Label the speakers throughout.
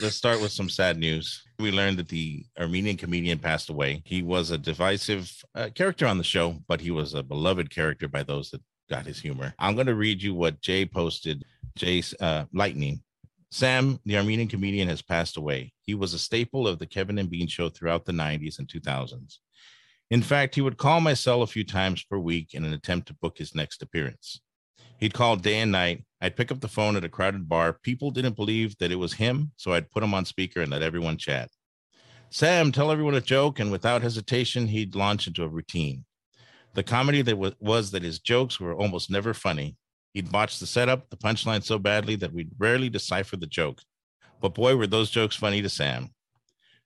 Speaker 1: Let's start with some sad news. We learned that the Armenian comedian passed away. He was a divisive uh, character on the show, but he was a beloved character by those that got his humor. I'm going to read you what Jay posted. Jay's uh, Lightning. Sam, the Armenian comedian, has passed away. He was a staple of the Kevin and Bean show throughout the 90s and 2000s. In fact, he would call my cell a few times per week in an attempt to book his next appearance. He'd call day and night. I'd pick up the phone at a crowded bar. People didn't believe that it was him, so I'd put him on speaker and let everyone chat. Sam, tell everyone a joke, and without hesitation, he'd launch into a routine. The comedy that wa- was that his jokes were almost never funny. He'd botch the setup, the punchline so badly that we'd rarely decipher the joke. But boy, were those jokes funny to Sam.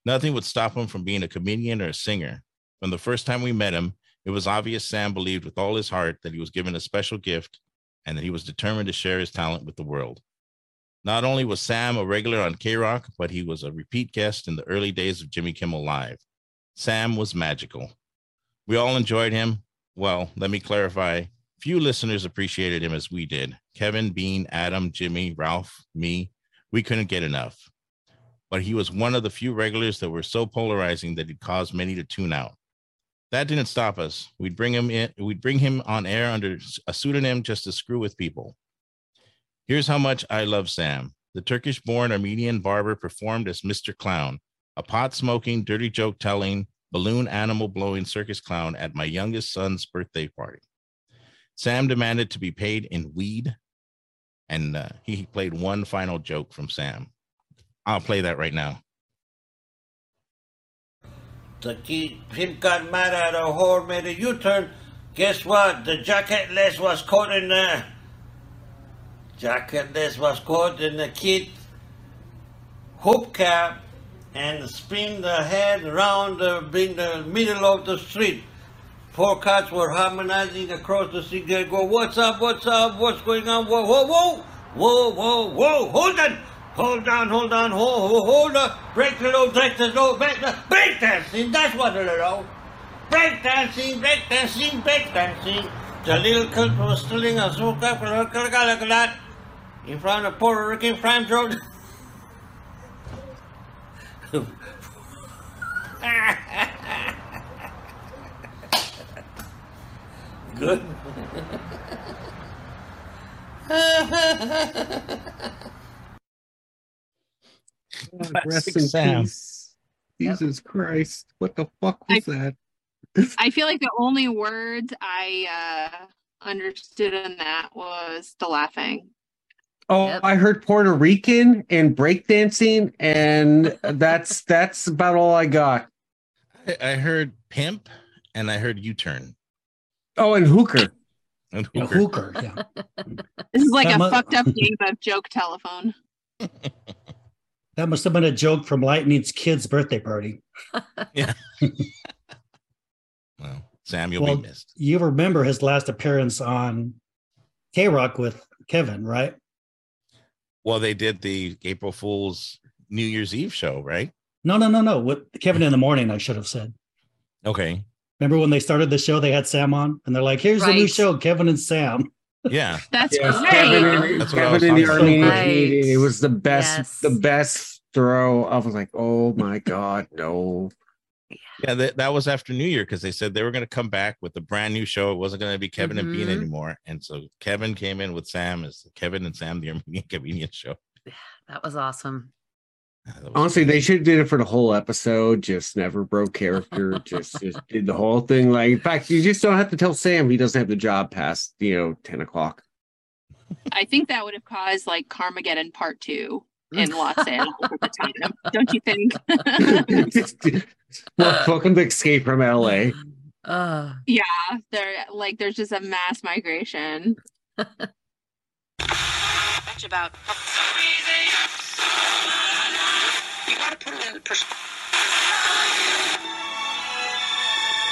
Speaker 1: Nothing would stop him from being a comedian or a singer. From the first time we met him, it was obvious Sam believed with all his heart that he was given a special gift and that he was determined to share his talent with the world. Not only was Sam a regular on K Rock, but he was a repeat guest in the early days of Jimmy Kimmel Live. Sam was magical. We all enjoyed him. Well, let me clarify few listeners appreciated him as we did. Kevin, Bean, Adam, Jimmy, Ralph, me, we couldn't get enough. But he was one of the few regulars that were so polarizing that it caused many to tune out that didn't stop us. We'd bring him in, we'd bring him on air under a pseudonym just to screw with people. Here's how much I love Sam. The Turkish born Armenian barber performed as Mr. Clown, a pot smoking, dirty joke telling, balloon animal blowing circus clown at my youngest son's birthday party. Sam demanded to be paid in weed, and uh, he played one final joke from Sam. I'll play that right now.
Speaker 2: The key, him got mad at a whore, made a U-turn. Guess what? The jacketless was caught in the jacketless was caught in the kid hoop cap and spin the head round the, in the middle of the street. Four cats were harmonizing across the street. They go, what's up, what's up, what's going on? Whoa, whoa, whoa, whoa, whoa, whoa, hold on, hold on, hold on, hold, hold, hold on. Break the low, break the low, break the, break dancing, that's what it is. Break dancing, break dancing, break dancing. The little kid was stealing a soca, in front of Puerto Rican French road. Good.
Speaker 3: Rest
Speaker 1: Classic
Speaker 3: in
Speaker 1: Sam.
Speaker 3: peace. Jesus Christ. What the fuck
Speaker 4: I-
Speaker 3: was that?
Speaker 4: I feel like the only words I uh, understood in that was the laughing.
Speaker 3: Oh,
Speaker 5: Yep.
Speaker 3: I heard Puerto Rican and breakdancing, and that's that's about all I got.
Speaker 1: I, I heard pimp and I heard U turn.
Speaker 3: Oh, and hooker.
Speaker 1: And
Speaker 6: A
Speaker 1: hooker.
Speaker 6: hooker, yeah.
Speaker 4: This is like
Speaker 6: That
Speaker 4: a
Speaker 6: mu-
Speaker 4: fucked up game of joke telephone.
Speaker 6: That must have been a joke from Lightning's kid's birthday party.
Speaker 1: Well, Sam, you'll
Speaker 6: Well,
Speaker 1: be missed.
Speaker 6: You remember his last appearance on K Rock with Kevin, right?
Speaker 1: Well, they did the April Fool's New Year's Eve show, right?
Speaker 6: No, no, no, no. With Kevin in the morning, I should have said.
Speaker 1: Okay.
Speaker 6: Remember when they started the show, they had Sam on, and they're like, "Here's the new
Speaker 5: Right.
Speaker 6: show, Kevin and Sam."
Speaker 1: Yeah.
Speaker 4: That's
Speaker 3: Yes,
Speaker 4: great.
Speaker 3: Kevin and,
Speaker 1: That's what I was
Speaker 3: Kevin and the
Speaker 1: talking about.
Speaker 3: Armenian
Speaker 5: Right.
Speaker 3: comedian. It was the best,
Speaker 5: Yes.
Speaker 3: the best throw. I was like, oh my god, no.
Speaker 1: Yeah. That, that was after New Year because they said they were going to come back with a brand new show. It wasn't going to be Kevin and Bean
Speaker 3: Mm-hmm.
Speaker 5: Mhm.
Speaker 1: anymore. And so Kevin came in with Sam as Kevin and Sam, the Armenian Convenience Show.
Speaker 5: That was awesome.
Speaker 1: That was-
Speaker 3: Honestly, they should have did it for the whole episode. Just never broke character. just, just did the whole thing. Like, in fact, you just don't have to tell Sam he doesn't have the job past you know ten o'clock.
Speaker 4: I think that would have caused like Carmageddon Part Two in Los Angeles at the time. Don't you think?
Speaker 3: Well, welcome to Escape from LA.
Speaker 5: Uh,
Speaker 4: there, like, there's just a mass migration.
Speaker 7: much about. You gotta put it in perspective.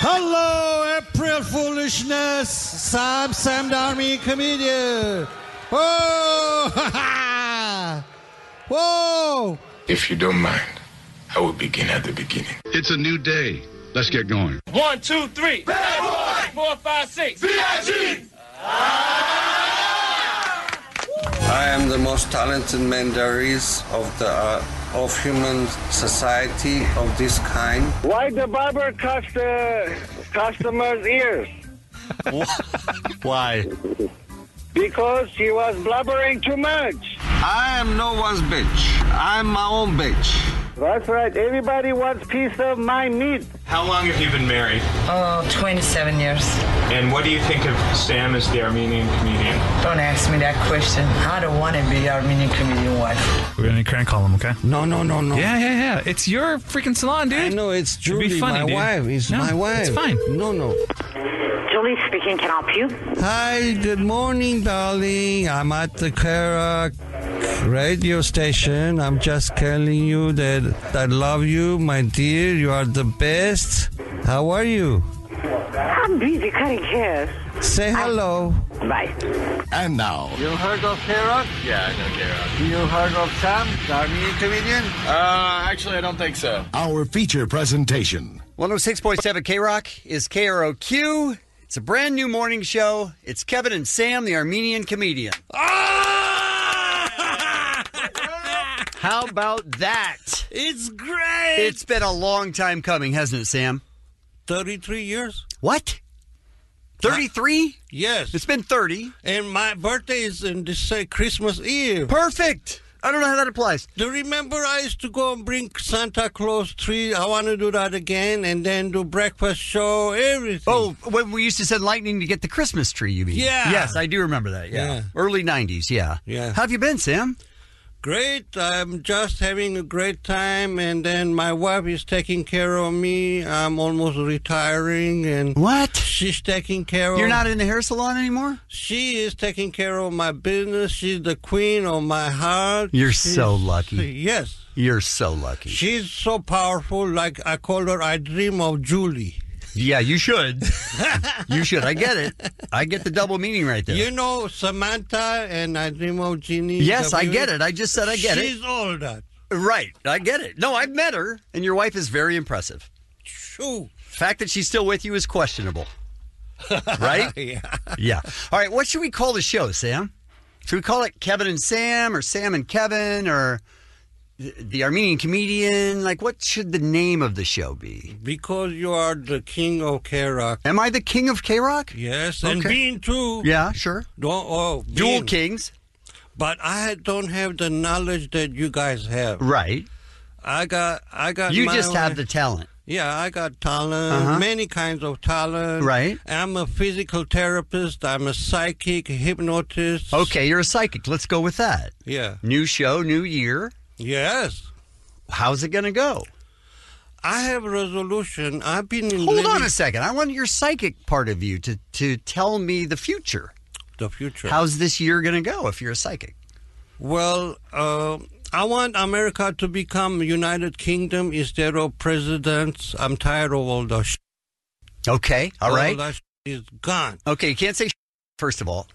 Speaker 8: Hello, April Foolishness. Sam, Sam the Army Comedian. Oh, ha, ha. Whoa.
Speaker 9: If you don't mind, I will begin at the beginning.
Speaker 10: It's a new day. Let's get going.
Speaker 11: One, two, three. Bad boy. Four, five, six.
Speaker 2: I am the most talented man there is of the uh, of human society of this kind.
Speaker 12: Why the barber cut the customer's ears?
Speaker 1: Why?
Speaker 12: Because he was blubbering too much.
Speaker 2: I am no one's bitch. I'm my own bitch.
Speaker 12: That's right. Everybody wants piece of my meat.
Speaker 13: How long have you been married?
Speaker 11: Oh, 27 years.
Speaker 13: And what do you think of Sam as the Armenian comedian?
Speaker 11: Don't ask me that question. I don't want to be Armenian comedian wife.
Speaker 14: We're gonna crank call him, okay?
Speaker 2: No, no, no, no.
Speaker 14: Yeah, yeah, yeah. It's your freaking salon, dude.
Speaker 2: I know it's
Speaker 14: It'd be
Speaker 2: Julie,
Speaker 14: funny,
Speaker 2: my
Speaker 14: dude.
Speaker 2: wife. It's
Speaker 14: No,
Speaker 2: my wife.
Speaker 14: It's fine.
Speaker 2: No, no.
Speaker 15: Julie speaking, can I help you?
Speaker 2: Hi, good morning, darling. I'm at the Kerak radio station. I'm just telling you that I love you, my dear. You are the best. How are you?
Speaker 15: I'm busy cutting hair.
Speaker 2: Say hello.
Speaker 15: Bye.
Speaker 2: And now.
Speaker 16: You heard of K-Rock?
Speaker 13: Yeah, I know Garrett.
Speaker 16: You heard of Sam, the Armenian comedian?
Speaker 13: Uh, actually, I don't think so.
Speaker 17: Our feature presentation.
Speaker 18: 106.7 K Rock is KROQ. It's a brand new morning show. It's Kevin and Sam, the Armenian comedian.
Speaker 2: Ah!
Speaker 18: How about that? It's great. It's been a long time coming, hasn't it, Sam?
Speaker 2: 33 years.
Speaker 18: What? 33?
Speaker 2: Yes.
Speaker 18: It's been 30.
Speaker 2: And my birthday is in this uh, Christmas Eve.
Speaker 18: Perfect. I don't know how that applies.
Speaker 2: Do you remember I used to go and bring Santa Claus tree? I want to do that again and then do breakfast show, everything.
Speaker 18: Oh, when we used to send lightning to get the Christmas tree, you mean?
Speaker 2: Yeah.
Speaker 18: Yes, I do remember that. Yeah.
Speaker 2: Yeah.
Speaker 18: Early 90s, yeah.
Speaker 2: Yeah.
Speaker 18: How have you been, Sam?
Speaker 2: Great. I'm just having a great time, and then my wife is taking care of me. I'm almost retiring, and
Speaker 18: what?
Speaker 2: She's taking care of.
Speaker 18: You're not in the hair salon anymore.
Speaker 2: She is taking care of my business. She's the queen of my heart.
Speaker 18: You're
Speaker 2: She's-
Speaker 18: so lucky.
Speaker 2: Yes,
Speaker 18: You're so lucky.
Speaker 2: she's so powerful. Like I call her, I dream of Julie.
Speaker 18: Yeah, you should. you should. I get it. I get the double meaning right there.
Speaker 2: You know Samantha and I dream of Jeannie.
Speaker 18: yes, I
Speaker 2: W.
Speaker 18: get it. I just said I get
Speaker 2: she's
Speaker 18: it.
Speaker 2: all that.
Speaker 18: Right. I get it. No, I've met her, and your wife is very impressive.
Speaker 2: Shoo.
Speaker 18: The fact that she's still with you is questionable. Right?
Speaker 2: yeah.
Speaker 18: yeah. All right. What should we call the show, Sam? Should we call it Kevin and Sam or Sam and Kevin or th- the Armenian comedian? Like, what should the name of the show be?
Speaker 2: Because you are the king of K Rock.
Speaker 18: Am I the king of K Rock?
Speaker 2: Yes, and
Speaker 18: Okay.
Speaker 2: being too.
Speaker 18: Yeah, sure.
Speaker 2: Don't, oh,
Speaker 18: Dual
Speaker 2: being-
Speaker 18: kings.
Speaker 2: But I don't have the knowledge that you guys have.
Speaker 18: Right.
Speaker 2: I got. I got.
Speaker 18: You
Speaker 2: my
Speaker 18: just
Speaker 2: own-
Speaker 18: have
Speaker 2: e-
Speaker 18: the talent.
Speaker 2: Yeah, I got talent,
Speaker 18: Uh-huh.
Speaker 2: many kinds of talent.
Speaker 18: Right.
Speaker 2: I'm a physical therapist. I'm a psychic, hypnotist.
Speaker 18: Okay, you're a psychic. Let's go with that.
Speaker 2: Yeah.
Speaker 18: New show, new year.
Speaker 2: Yes.
Speaker 18: How's it going to go?
Speaker 2: I have resolution. I've been
Speaker 18: Hold on a second. I want your psychic part of you to, to tell me the future.
Speaker 2: the future.
Speaker 18: How's this year going to go if you're a psychic?
Speaker 2: Well, uh, I want America to become United Kingdom instead of presidents. I'm tired of all the sh-
Speaker 18: Okay, all
Speaker 2: all
Speaker 18: right.
Speaker 2: that sh- is gone. Hmm.
Speaker 18: Okay, you can't say first of all.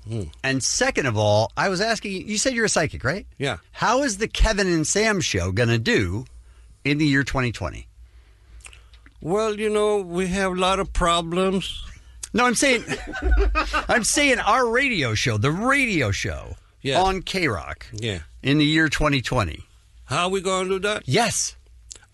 Speaker 18: And second of all, I was asking you said you're a psychic, right?
Speaker 2: Yeah.
Speaker 18: How is the Kevin and Sam show going to do in the year 2020?
Speaker 2: Well, you know, we have a lot of problems.
Speaker 18: No, I'm saying I'm saying our radio show, the radio show
Speaker 2: Yeah.
Speaker 18: on K-Rock
Speaker 2: Yeah.
Speaker 18: in the year 2020.
Speaker 2: How we going to do that?
Speaker 18: Yes.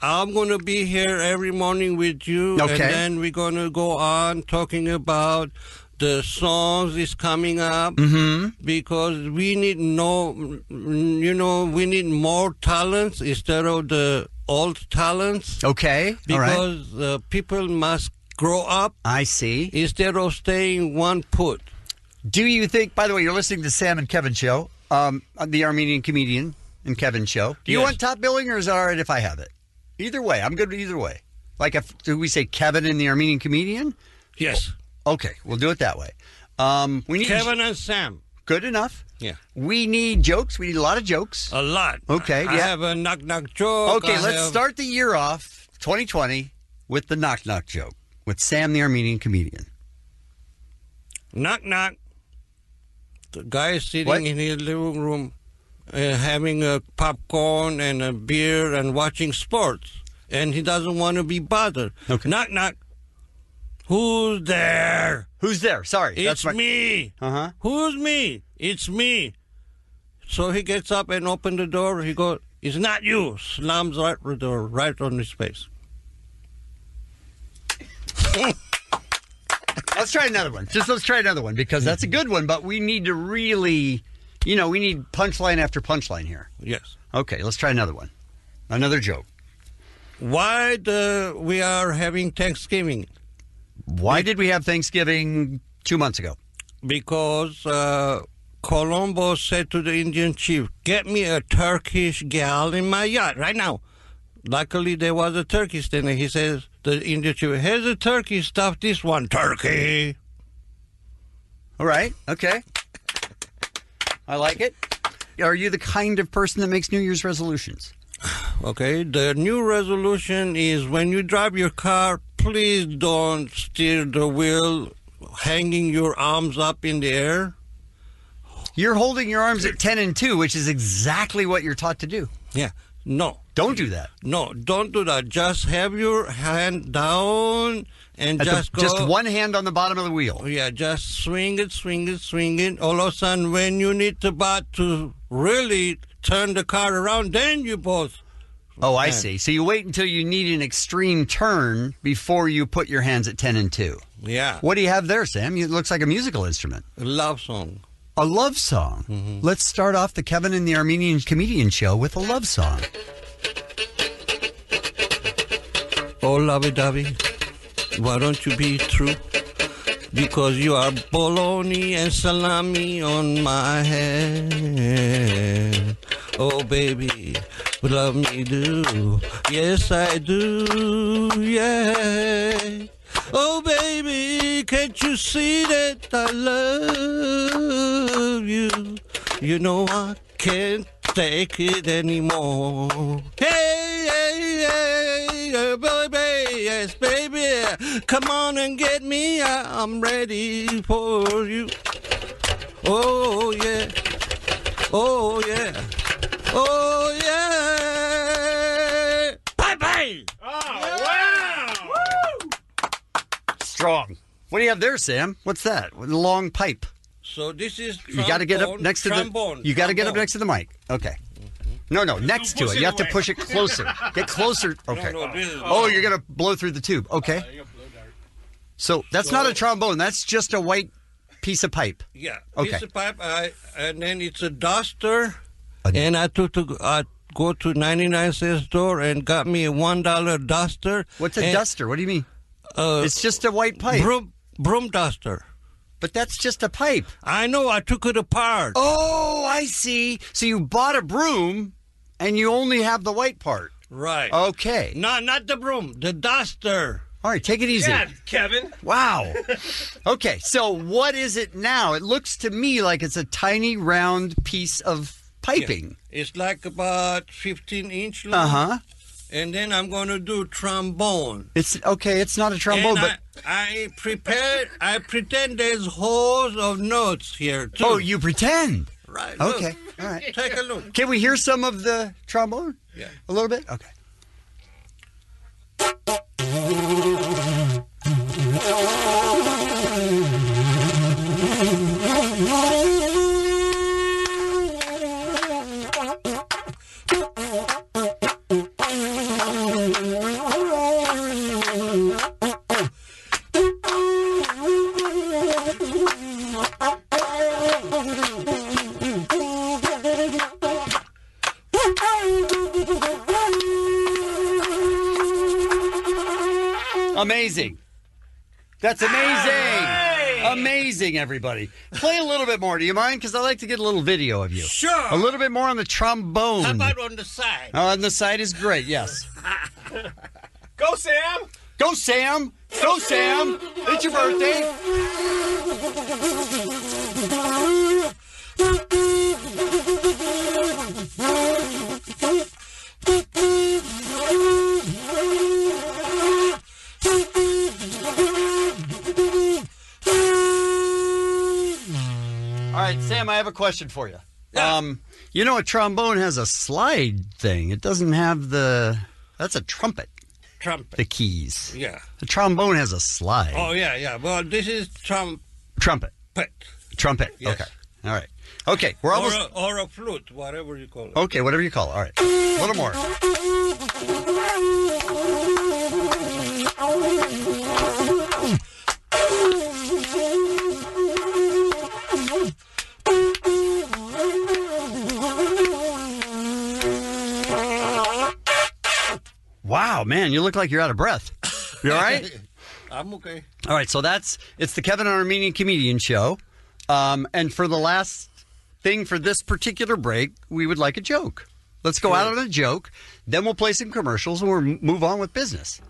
Speaker 2: I'm going to be here every morning with you.
Speaker 18: Okay.
Speaker 2: And then we're going to go on talking about the songs is coming up
Speaker 18: Mm-hmm.
Speaker 2: because we need no, you know, we need more talents instead of the old talents.
Speaker 18: Okay. all right.
Speaker 2: because uh, people must grow up
Speaker 18: I see.
Speaker 2: instead of staying one put.
Speaker 18: Do you think, by the way, you're listening to Sam and Kevin show, um, the Armenian comedian and Kevin show. Do you
Speaker 2: Yes.
Speaker 18: want top billing or is it all right if I have it? Either way, I'm good with either way. Like, if do we say Kevin and the Armenian comedian?
Speaker 2: Yes.
Speaker 18: Okay, we'll do it that way. Um, we need
Speaker 2: Kevin and Sam.
Speaker 18: Good enough.
Speaker 2: Yeah.
Speaker 18: We need jokes. We need a lot of jokes.
Speaker 2: A lot.
Speaker 18: Okay,
Speaker 2: I
Speaker 18: yeah.
Speaker 2: have a knock knock joke.
Speaker 18: okay,
Speaker 2: I
Speaker 18: let's
Speaker 2: have-
Speaker 18: start the year off 2020 with the knock knock joke with Sam the Armenian comedian.
Speaker 2: Knock knock. The guy is sitting
Speaker 18: What?
Speaker 2: in his living room, uh, having a popcorn and a beer and watching sports, and he doesn't want to be bothered.
Speaker 18: Okay.
Speaker 2: Knock knock. Who's there?
Speaker 18: Who's there? Sorry,
Speaker 2: It's
Speaker 18: that's my.
Speaker 2: me.
Speaker 18: Uh huh.
Speaker 2: Who's me? It's me. So he gets up and open the door. He goes, It's not you. Slams right, right on his face.
Speaker 18: let's try another one. Just let's try another one because that's a
Speaker 2: Mm-hmm.
Speaker 18: good one, but we need to really, you know, we need punchline after punchline here.
Speaker 2: Yes.
Speaker 18: Okay, let's try another one. Another joke.
Speaker 2: Why the, we are having Thanksgiving?
Speaker 18: Why did we have Thanksgiving two months ago?
Speaker 2: Because uh, Colombo said to the Indian chief, "Get me a Turkish gal in my yacht right now." Luckily, there was a turkey stand, and he says the Indian chief, "Here's a turkey. Stuff this one, turkey."
Speaker 18: All right. Okay. I like it. Are you the kind of person that makes New Year's resolutions?
Speaker 2: Okay, the new resolution is when you drive your car, please don't steer the wheel hanging your arms up in the air.
Speaker 18: You're holding your arms at 10 and 2, which is exactly what you're taught to do.
Speaker 2: Yeah, no.
Speaker 18: Don't do that.
Speaker 2: No, don't do that. Just have your hand down and
Speaker 18: At the-
Speaker 2: just go.
Speaker 18: just one hand on the bottom of the wheel.
Speaker 2: Yeah, just swing it, swing it, swing it. All of a sudden, when you need the butt to really turn the car around, then you both.
Speaker 18: Oh, I
Speaker 2: Yeah.
Speaker 18: see. So you wait until you need an extreme turn before you put your hands at 10 and 2.
Speaker 2: Yeah.
Speaker 18: What do you have there, Sam? It looks like a musical instrument.
Speaker 2: Love song.
Speaker 18: A love song. Let's start off the Kevin and the Armenian Comedian Show with a love song.
Speaker 2: Oh, lovey dovey, why don't you be true? Because you are bologna and salami on my head. Oh, baby, love me do. Yes, I do. Yeah. Oh, baby, can't you see that I love you? You know I can't take it anymore. Hey, hey, hey, hey, baby, yes, baby, come on and get me. I- I'm ready for you. Oh, yeah. Oh, yeah. Oh, yeah. Bye bye.
Speaker 18: Strong. What do you have there, Sam? What's that? A long pipe.
Speaker 2: So this is.
Speaker 18: You got to get up next to
Speaker 2: trombone,
Speaker 18: the. You got to get up
Speaker 2: trombone.
Speaker 18: next to the mic. Okay. No, no, next to
Speaker 2: push
Speaker 18: it.
Speaker 2: it
Speaker 18: You have to
Speaker 2: away.
Speaker 18: push it closer. Get closer. Okay.
Speaker 2: no, this is- Uh,
Speaker 18: Oh, you're gonna blow through the tube. Okay. So that's not a trombone. That's just a white piece of pipe.
Speaker 2: Yeah.
Speaker 18: Okay.
Speaker 2: Piece of pipe, I, and then it's a duster. and I took to I go to 99 cent store and got me a one dollar duster.
Speaker 18: What's a
Speaker 2: and,
Speaker 18: duster? What do you mean?
Speaker 2: Uh,
Speaker 18: It's just a white pipe.
Speaker 2: broom broom duster.
Speaker 18: But that's just a pipe.
Speaker 2: I know. I took it apart.
Speaker 18: Oh, I see. So you bought a broom, and you only have the white part.
Speaker 2: Right.
Speaker 18: Okay.
Speaker 2: No, not the broom. The duster.
Speaker 18: All right. Take it easy.
Speaker 19: Kevin.
Speaker 18: Wow. Okay, so what is it now? It looks to me like it's a tiny round piece of piping.
Speaker 2: It's like about 15 inch long.
Speaker 18: Uh huh.
Speaker 2: And then I'm going to do trombone.
Speaker 18: It's okay. It's not a trombone,
Speaker 2: And
Speaker 18: but
Speaker 2: I, I prepared. I pretend there's holes of notes here too.
Speaker 18: oh, you pretend.
Speaker 2: Right. look.
Speaker 18: Okay. All right.
Speaker 2: Take a look.
Speaker 18: Can we hear some of the trombone?
Speaker 2: Yeah.
Speaker 18: A little bit. Okay. Amazing. That's amazing. Amazing, everybody. Play a little bit more. Do you mind? Because I like to get a little video of you.
Speaker 2: Sure.
Speaker 18: A little bit more on the trombone.
Speaker 19: How about on the side?
Speaker 18: on the side is great. Yes.
Speaker 19: Go, Sam.
Speaker 18: Go, Sam. Go, Sam. It's your birthday. All right, Sam, I have a question for you. Um, you know, a trombone has a slide thing. It doesn't have the. That's a trumpet.
Speaker 2: Trumpet.
Speaker 18: The keys.
Speaker 2: Yeah.
Speaker 18: A trombone has a slide.
Speaker 16: Oh,
Speaker 2: Oh yeah, yeah. Well, this is trumpet.
Speaker 18: Trumpet. Trumpet. Okay. All right. Okay, we're almost.
Speaker 16: Or, a, or a flute, whatever you call it.
Speaker 18: Okay, whatever you call it. All right. A little more. Wow, man, you look like you're out of breath. You all right?
Speaker 16: I'm okay.
Speaker 18: All right, so that's it's the Kevin and Armenian Comedian Show. Um, and for the last thing for this particular break, we would like a joke. Let's go out on a joke, then we'll play some commercials and we'll move on with business.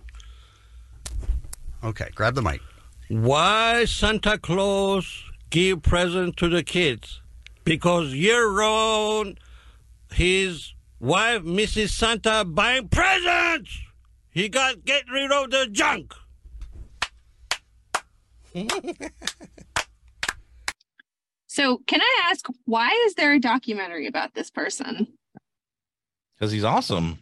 Speaker 18: Okay, grab the mic.
Speaker 2: Why Santa Claus give present to the kids? Because year round, his wife, Mrs. Santa, buying presents. He got get rid of the junk.
Speaker 4: So, can I ask why is there a documentary about this person?
Speaker 1: because he's awesome.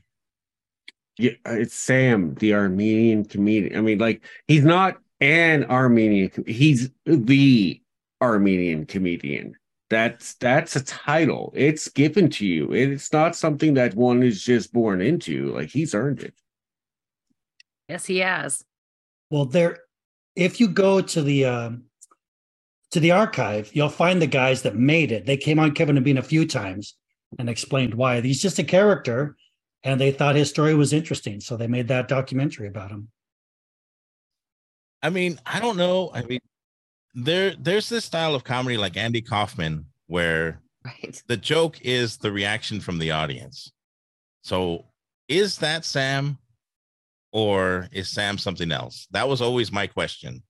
Speaker 3: Yeah, it's Sam, the Armenian comedian. I mean, like he's not an Armenian. com- He's the Armenian comedian. That's that's a title. It's given to you. and It's not something that one is just born into. Like he's earned it.
Speaker 5: Yes, he has.
Speaker 6: Well, there, if you go to the um, to the archive, you'll find the guys that made it. They came on Kevin and Bean a few times and explained why. He's just a character, and they thought his story was interesting, so they made that documentary about him.
Speaker 1: I mean, I don't know. I mean, there there's this style of comedy like Andy Kaufman where the joke is the reaction from the audience. So is that Sam or is Sam something else? That was always my question.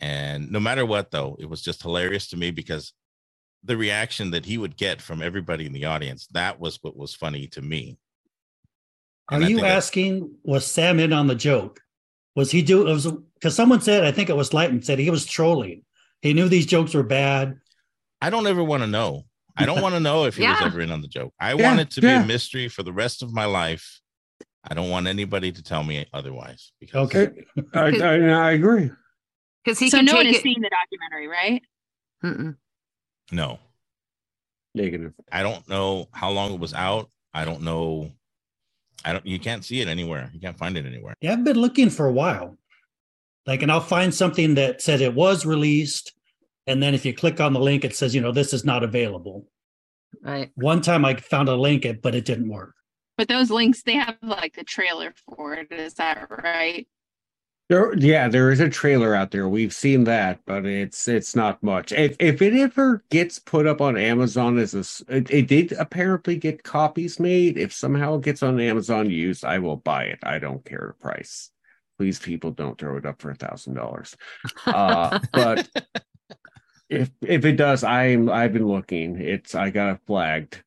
Speaker 1: And no matter what though, it was just hilarious to me because the reaction that he would get from everybody in the audience, that was what was funny to me.
Speaker 6: Are
Speaker 1: And I
Speaker 6: you
Speaker 1: think that-
Speaker 6: asking was Sam in on the joke? Was he do it was because someone said I think it was Lightman said he was trolling. He knew these jokes were bad.
Speaker 1: I don't ever want to know. I don't want to know if he was
Speaker 6: Yeah.
Speaker 1: ever in on the joke. I
Speaker 6: Yeah,
Speaker 1: want it to be
Speaker 6: yeah.
Speaker 1: a mystery for the rest of my life. I don't want anybody to tell me otherwise. Because
Speaker 6: Okay.
Speaker 3: I, I, I agree.
Speaker 5: Because he
Speaker 4: so
Speaker 5: can
Speaker 4: no one
Speaker 5: take
Speaker 4: has
Speaker 5: it-
Speaker 4: seen the documentary, right?
Speaker 1: No.
Speaker 3: Negative.
Speaker 1: I don't know how long it was out. I don't know. I don't you can't see it anywhere. You can't find it anywhere.
Speaker 6: Yeah, I've been looking for a while. Like, and I'll find something that said it was released, and then if you click on the link, it says you know this is not available.
Speaker 5: Right.
Speaker 6: One time I found a link, it but it didn't work.
Speaker 4: But those links, they have like the trailer for it. Is that right?
Speaker 3: There, yeah, there is a trailer out there. We've seen that, but it's it's not much. If if it ever gets put up on Amazon as a, s- it, it did apparently get copies made. If somehow it gets on Amazon used, I will buy it. I don't care the price. Please, people, don't throw it up for a thousand dollars. Uh, But if if it does, I'm I've been looking. It's I got it flagged.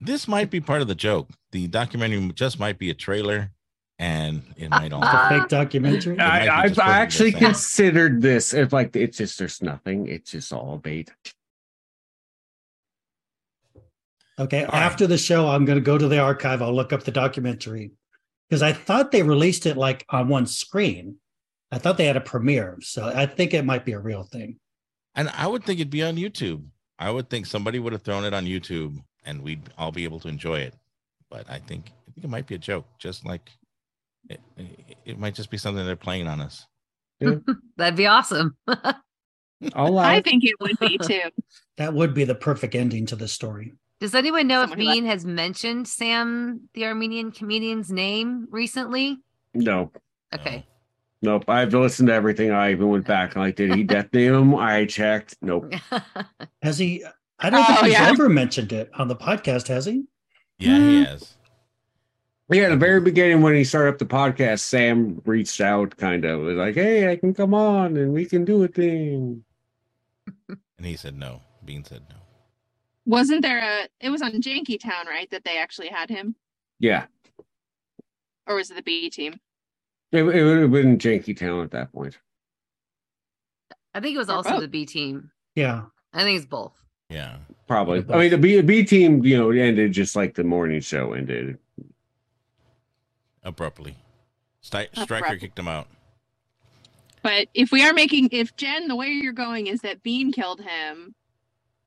Speaker 1: This might be part of the joke. The documentary just might be a trailer and it might all
Speaker 6: It's a fake documentary.
Speaker 1: might be
Speaker 3: I, I've
Speaker 1: just what it
Speaker 3: actually
Speaker 1: is, huh?
Speaker 3: considered this. If like it's just there's nothing. It's just all bait.
Speaker 6: Okay, after the show, I'm going to go to the archive. I'll look up the documentary because I thought they released it like on one screen. I thought they had a premiere, so I think it might be a real thing.
Speaker 1: And I would think it'd be on YouTube. I would think somebody would have thrown it on YouTube and we'd all be able to enjoy it. But I think I think it might be a joke, just like it, it, it might just be something they're playing on us.
Speaker 5: That'd be awesome.
Speaker 3: All
Speaker 4: I think it would be too.
Speaker 6: That would be the perfect ending to the story.
Speaker 5: Does anyone know if
Speaker 4: Someone who likes-
Speaker 5: Bean has mentioned Sam, the Armenian comedian's name recently?
Speaker 3: No,
Speaker 5: Okay.
Speaker 3: Nope. I've listened to everything. I even went back and like, did he death name him? I checked. Nope.
Speaker 6: Has he? I don't think
Speaker 3: Oh,
Speaker 6: he's
Speaker 3: yeah. Mm.
Speaker 6: ever mentioned it on the podcast, has he?
Speaker 1: Yeah, he has.
Speaker 3: Yeah, at the very beginning when he started up the podcast, Sam reached out kind of was like, Hey, I can come on and we can do a thing.
Speaker 1: And he said no. Bean said no.
Speaker 4: Wasn't there a? It was on Janky Town, right? That they actually had him,
Speaker 3: Yeah.
Speaker 4: or was it the B team?
Speaker 3: It, it would have been janky town at that point.
Speaker 5: I think it was also the B team.
Speaker 6: Yeah.
Speaker 5: I think it's both.
Speaker 1: Yeah.
Speaker 3: Probably. I mean the B, B team, you know, ended just like the morning show ended.
Speaker 1: Abruptly. Stri-
Speaker 4: Abruptly.
Speaker 1: Striker kicked him out.
Speaker 4: But if we are making, if Jen, the way you're going is that Bean killed him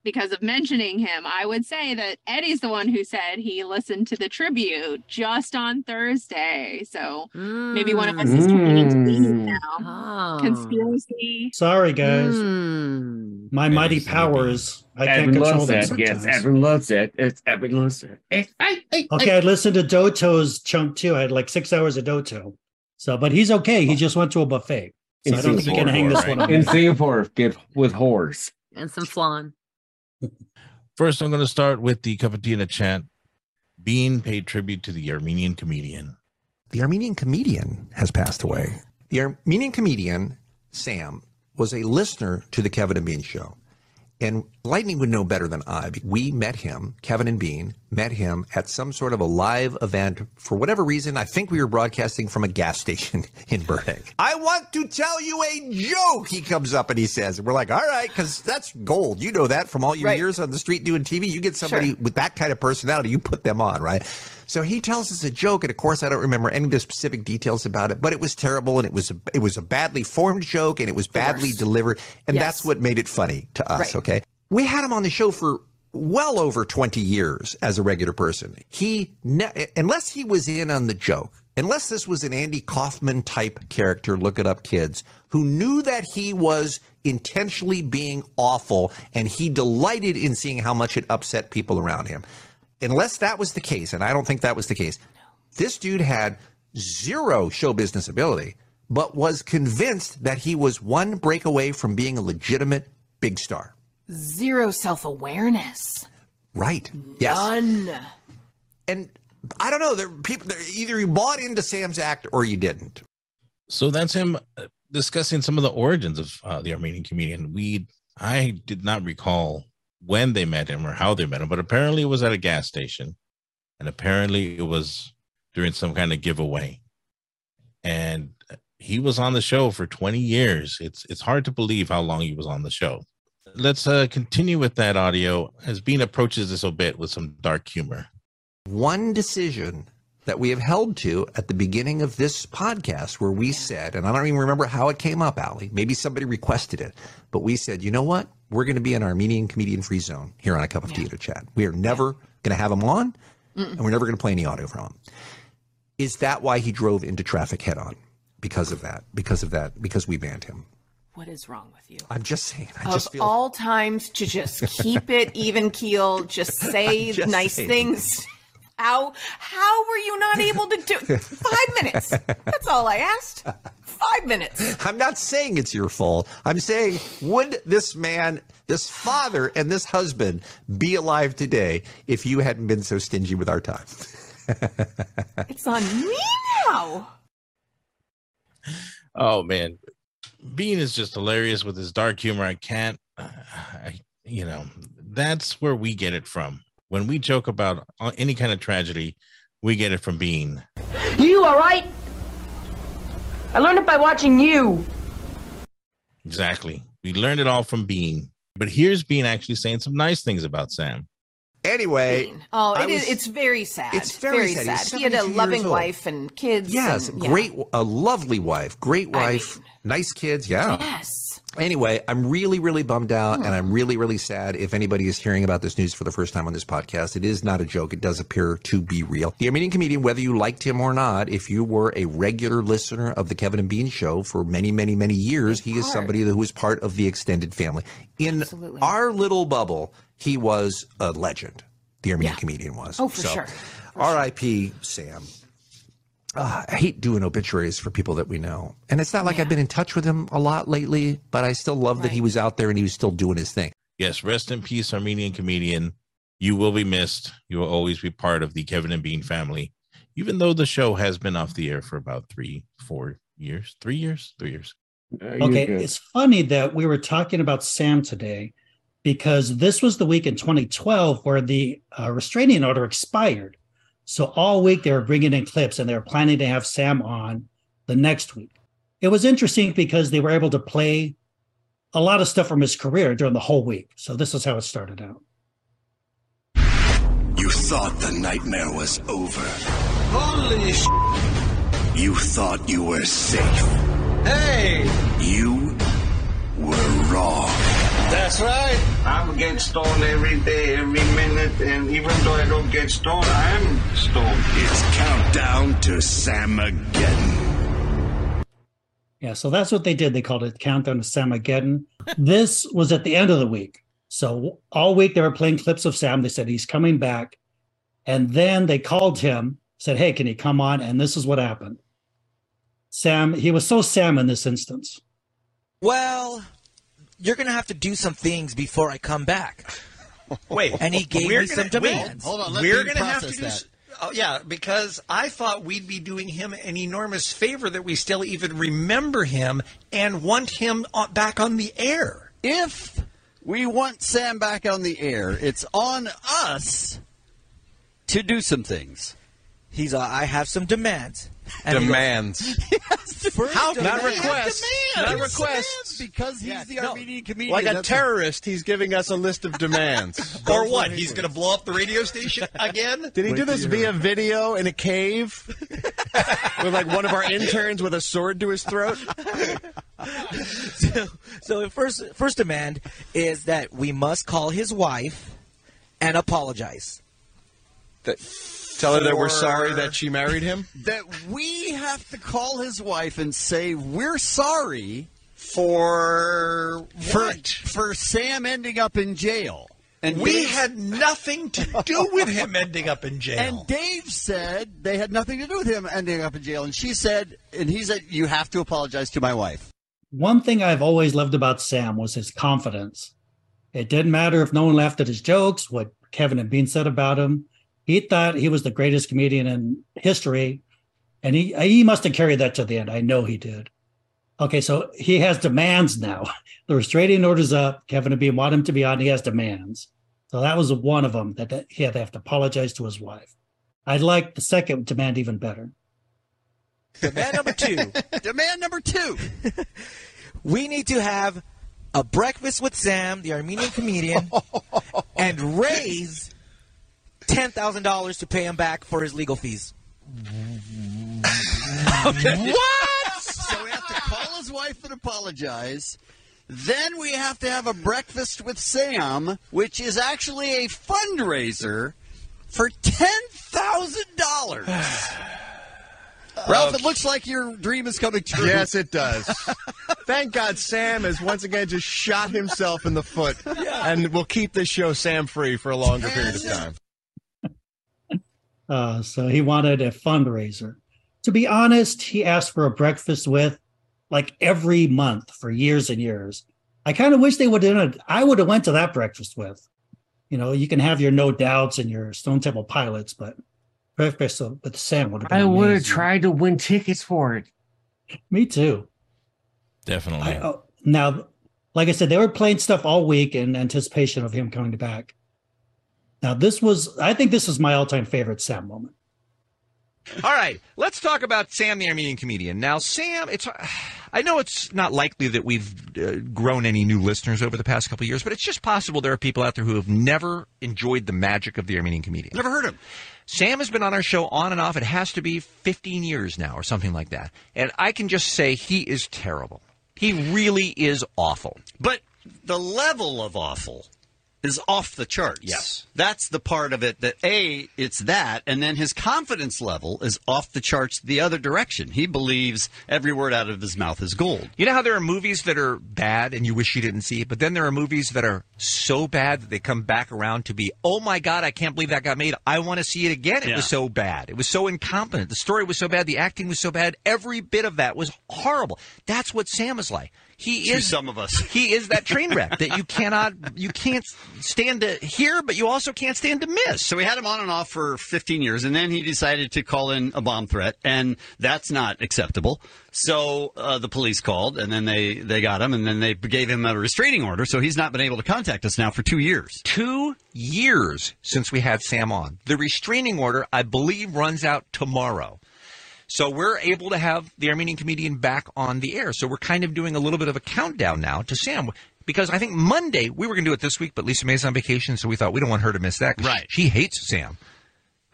Speaker 4: because of mentioning him, I would say that Eddie's the one who said he listened to the tribute just on Thursday. So maybe one of us is turning into Bean now. Conspiracy.
Speaker 6: Sorry, guys. My mighty powers. I can't
Speaker 3: Edwin
Speaker 6: control
Speaker 3: loves
Speaker 6: them.
Speaker 3: it. Yes,
Speaker 6: Sometimes.
Speaker 3: Edwin loves it. It's Edwin loves it.
Speaker 6: okay, I listened to Doto's chunk too. I had like six hours of Doto. So, but he's okay. He just went to a buffet. So I don't think he can hang this one up.
Speaker 3: In Singapore, get with whores.
Speaker 5: and some flan.
Speaker 1: First, I'm going to start with the cup of tea in the chat. Bean paid tribute to the Armenian comedian.
Speaker 20: The Armenian comedian has passed away. The Armenian comedian, Sam, was a listener to the Kevin and Bean show. And Lightning would know better than I. We met him, Kevin and Bean met him at some sort of a live event. For whatever reason, I think we were broadcasting from a gas station in Burbank. I want to tell you a joke, he comes up and he says. We're like, all right, because that's gold. You know that from all your years on the street doing TV. You get somebody with that kind of personality, you put them on, right? So he tells us a joke, and of course, I don't remember any of the specific details about it, but it was terrible, and it was a, it was a badly formed joke, and it was badly delivered, and
Speaker 21: Yes.
Speaker 20: that's what made it funny to us.
Speaker 21: Right.
Speaker 20: Okay, we had him on the show for well over twenty years as a regular person. He ne- unless he was in on the joke, unless this was an Andy Kaufman type character, look it up, kids, who knew that he was intentionally being awful, and he delighted in seeing how much it upset people around him unless that was the case, and I don't think that was the case, this dude had zero show business ability, but was convinced that he was one break away from being a legitimate big star.
Speaker 22: Zero self awareness.
Speaker 20: Right. Yes.
Speaker 22: None.
Speaker 20: And I don't know. There are people. There, either you bought into Sam's act or you didn't.
Speaker 1: So that's him uh, discussing some of the origins of uh, the Armenian comedian. We, I did not recall when they met him or how they met him, but apparently it was at a gas station, and apparently it was during some kind of giveaway, and he was on the show for 20 years. It's it's hard to believe how long he was on the show. Let's uh, continue with that audio as Bean approaches this a bit with some dark humor.
Speaker 20: one decision that we have held to at the beginning of this podcast where we said, and I don't even remember how it came up, Ali, maybe somebody requested it, but we said, you know what? We're going to be an Armenian comedian free zone here on a cup of tea to chat. We are never going to have him on
Speaker 22: Mm-hmm.
Speaker 11: Mm.
Speaker 20: and we're never going to play any audio from him. Is that why he drove into traffic head on? Because of that, because of that, because we banned him.
Speaker 22: What is wrong with you?
Speaker 20: I'm just saying, I
Speaker 22: of
Speaker 20: just feel
Speaker 22: all times to just keep it even keel, just say
Speaker 20: I'm just
Speaker 22: nice
Speaker 20: saying.
Speaker 22: things. How how were you not able to do five minutes? That's all I asked. Five minutes.
Speaker 20: I'm not saying it's your fault. I'm saying, would this man, this father, and this husband be alive today if you hadn't been so stingy with our time?
Speaker 22: It's on me now.
Speaker 1: Oh man, Bean is just hilarious with his dark humor. I can't, uh, I, you know, that's where we get it from. When we joke about uh, any kind of tragedy, we get it from Bean.
Speaker 11: You all right? I learned it by watching you.
Speaker 1: Exactly. We learned it all from Bean. But here's Bean actually saying some nice things about Sam.
Speaker 20: Anyway,
Speaker 22: Oh,
Speaker 20: I
Speaker 22: it is.
Speaker 20: was-
Speaker 22: It's very sad.
Speaker 20: It's very sad. He's
Speaker 22: He had a
Speaker 20: 72 years
Speaker 22: loving
Speaker 20: old.
Speaker 22: wife and kids.
Speaker 20: Yes,
Speaker 22: and- yeah.
Speaker 20: great, a lovely wife, great wife, nice kids. Yeah.
Speaker 22: Yes.
Speaker 20: Anyway, I'm really, really bummed out and I'm really, really sad. If anybody is hearing about this news for the first time on this podcast, it is not a joke. It does appear to be real. The Armenian comedian, whether you liked him or not, if you were a regular listener of the Kevin and Bean show for many, many, many years, he is somebody who is part of the extended family. In our little bubble, he was a legend. The Armenian comedian was.
Speaker 22: Oh, for sure.
Speaker 20: R.I.P. Sam. Ah, I hate doing obituaries for people that we know. And it's not like I've been in touch with him a lot lately, but I still love that he was out there and he was still doing his thing.
Speaker 1: Yes, rest in peace, Armenian comedian. You will be missed. You will always be part of the Kevin and Bean family, even though the show has been off the air for about three, four years, three years, three years.
Speaker 6: Okay, it's funny that we were talking about Sam today because this was the week in 2012 where the uh, restraining order expired. So all week they were bringing in clips and they were planning to have Sam on the next week. It was interesting because they were able to play a lot of stuff from his career during the whole week. So this is how it started out.
Speaker 23: You thought the nightmare was over.
Speaker 24: Holy sh!
Speaker 23: You thought you were safe.
Speaker 12: Hey!
Speaker 23: You were wrong.
Speaker 12: That's right. I am get stoned every day, every minute, and even though I don't get stoned, I am stoned.
Speaker 23: It's countdown to Samageddon.
Speaker 6: Yeah, so that's what they did. They called it Countdown to Samageddon. this was at the end of the week. So all week they were playing clips of Sam. They said he's coming back. And then they called him, said, Hey, can you come on? And this is what happened. Sam, he was so Sam in this instance.
Speaker 25: Well, you're going to have to do some things before I come back.
Speaker 18: Wait,
Speaker 25: And he gave
Speaker 18: we're
Speaker 25: me some
Speaker 18: gonna- wait,
Speaker 25: demands.
Speaker 18: hold on, let
Speaker 25: we're
Speaker 18: me
Speaker 25: gonna have to
Speaker 18: process
Speaker 25: do
Speaker 18: that.
Speaker 25: s-
Speaker 18: Oh, yeah, because I thought we'd be doing him an enormous favor that we still even remember him and want him on, back on the air. If we want Sam back on the air, it's on us to do some things.
Speaker 25: He's, uh, I have some demands. And he goes,
Speaker 20: Demands.
Speaker 25: First
Speaker 18: How
Speaker 25: of
Speaker 20: Not
Speaker 25: all-
Speaker 20: requests. Not requests.
Speaker 18: Because he's the Armenian comedian.
Speaker 20: Like a
Speaker 18: that's-
Speaker 20: terrorist, he's giving us a list of demands.
Speaker 18: Or what? He's going to blow up the radio station again?
Speaker 20: Did he do this via video in a cave with like one of our interns with a sword to his throat?
Speaker 25: so, so the first first demand is that we must call his wife and apologize.
Speaker 20: That, tell her that
Speaker 25: For-
Speaker 20: we're sorry that she married him.
Speaker 18: that we have to call his wife and say we're sorry for for, for Sam ending up in jail. And
Speaker 9: We
Speaker 18: had nothing to do with him ending up in jail. And Dave said they had nothing to do with him ending up in jail. And she said, and he said, you have to apologize to my wife.
Speaker 6: One thing I've always loved about Sam was his confidence. It didn't matter if no one laughed at his jokes, what Kevin and Bean said about him. He thought he was the greatest comedian in history. And he he must have carried that to the end. I know he did. Okay, so he has demands now. The restraining order's up. Kevin and Bean want him to be on. He has demands. So that was one of them that, that he had to have to apologize to his wife. I like the second demand even better.
Speaker 25: Demand number two.
Speaker 18: Demand number two.
Speaker 25: we need to have a breakfast with Sam, the Armenian comedian, and raise ten thousand dollars to pay him back for his legal fees.
Speaker 18: What? so we have to call his wife and apologize. Then we have to have a breakfast with Sam, which is actually a fundraiser for ten thousand dollars.
Speaker 20: Uh,
Speaker 18: Ralph,
Speaker 20: Um,
Speaker 18: it looks like your dream is coming true.
Speaker 20: Yes, it does. Thank God Sam has once again just shot himself in the foot, and we'll keep this show Sam free for a longer period of time.
Speaker 6: Uh, so he wanted a fundraiser. To be honest, he asked for a breakfast with like every month for years and years. I kind of wish they would have. I would have went to that breakfast with. You know, you can have your no doubts and your Stone Temple Pilots, but breakfast with Sam would have been.
Speaker 3: I would have
Speaker 6: amazing.
Speaker 3: tried to win tickets for it.
Speaker 6: Me too.
Speaker 1: Definitely.
Speaker 6: I- oh, now, like I said, they were playing stuff all week in anticipation of him coming back. Now, this was, I think this was my all time favorite Sam moment.
Speaker 20: All right, let's talk about Sam the Armenian comedian. Now, Sam, it's I know it's not likely that we've uh, grown any new listeners over the past couple of years, but it's just possible there are people out there who have never enjoyed the magic of the Armenian comedian. Never heard him. Sam has been on our show on and off. It has to be 15 years now or something like that. And I can just say he is terrible. He really is awful.
Speaker 18: But the level of awful is off the charts.
Speaker 20: Yes.
Speaker 18: That's the part of it that A, it's that, and then his confidence level is off the charts the other direction. He believes every word out of his mouth is gold.
Speaker 20: You know how there are movies that are bad and you wish you didn't see it, but then there are movies that are so bad that they come back around to be, oh my God, I can't believe that got made. I want to see it again. It
Speaker 18: Yeah.
Speaker 20: was so bad. It was so incompetent. The story was so bad. The acting was so bad. Every bit of that was horrible. That's what Sam is like. He
Speaker 18: To
Speaker 20: is
Speaker 18: some of us.
Speaker 20: He is that train wreck that you cannot, you can't stand to hear, but you also can't stand to miss.
Speaker 18: So we had him on and off for 15 years, and then he decided to call in a bomb threat, and that's not acceptable. So uh, the police called, and then they, they got him, and then they gave him a restraining order, so he's not been able to contact us now for two years.
Speaker 20: Two years since we had Sam on. The restraining order, I believe, runs out tomorrow. So we're able to have the Armenian comedian back on the air. So we're kind of doing a little bit of a countdown now to Sam because I think Monday we were going to do it this week, but Lisa May's on vacation, so we thought we don't want her to miss that. Right. She, she hates Sam.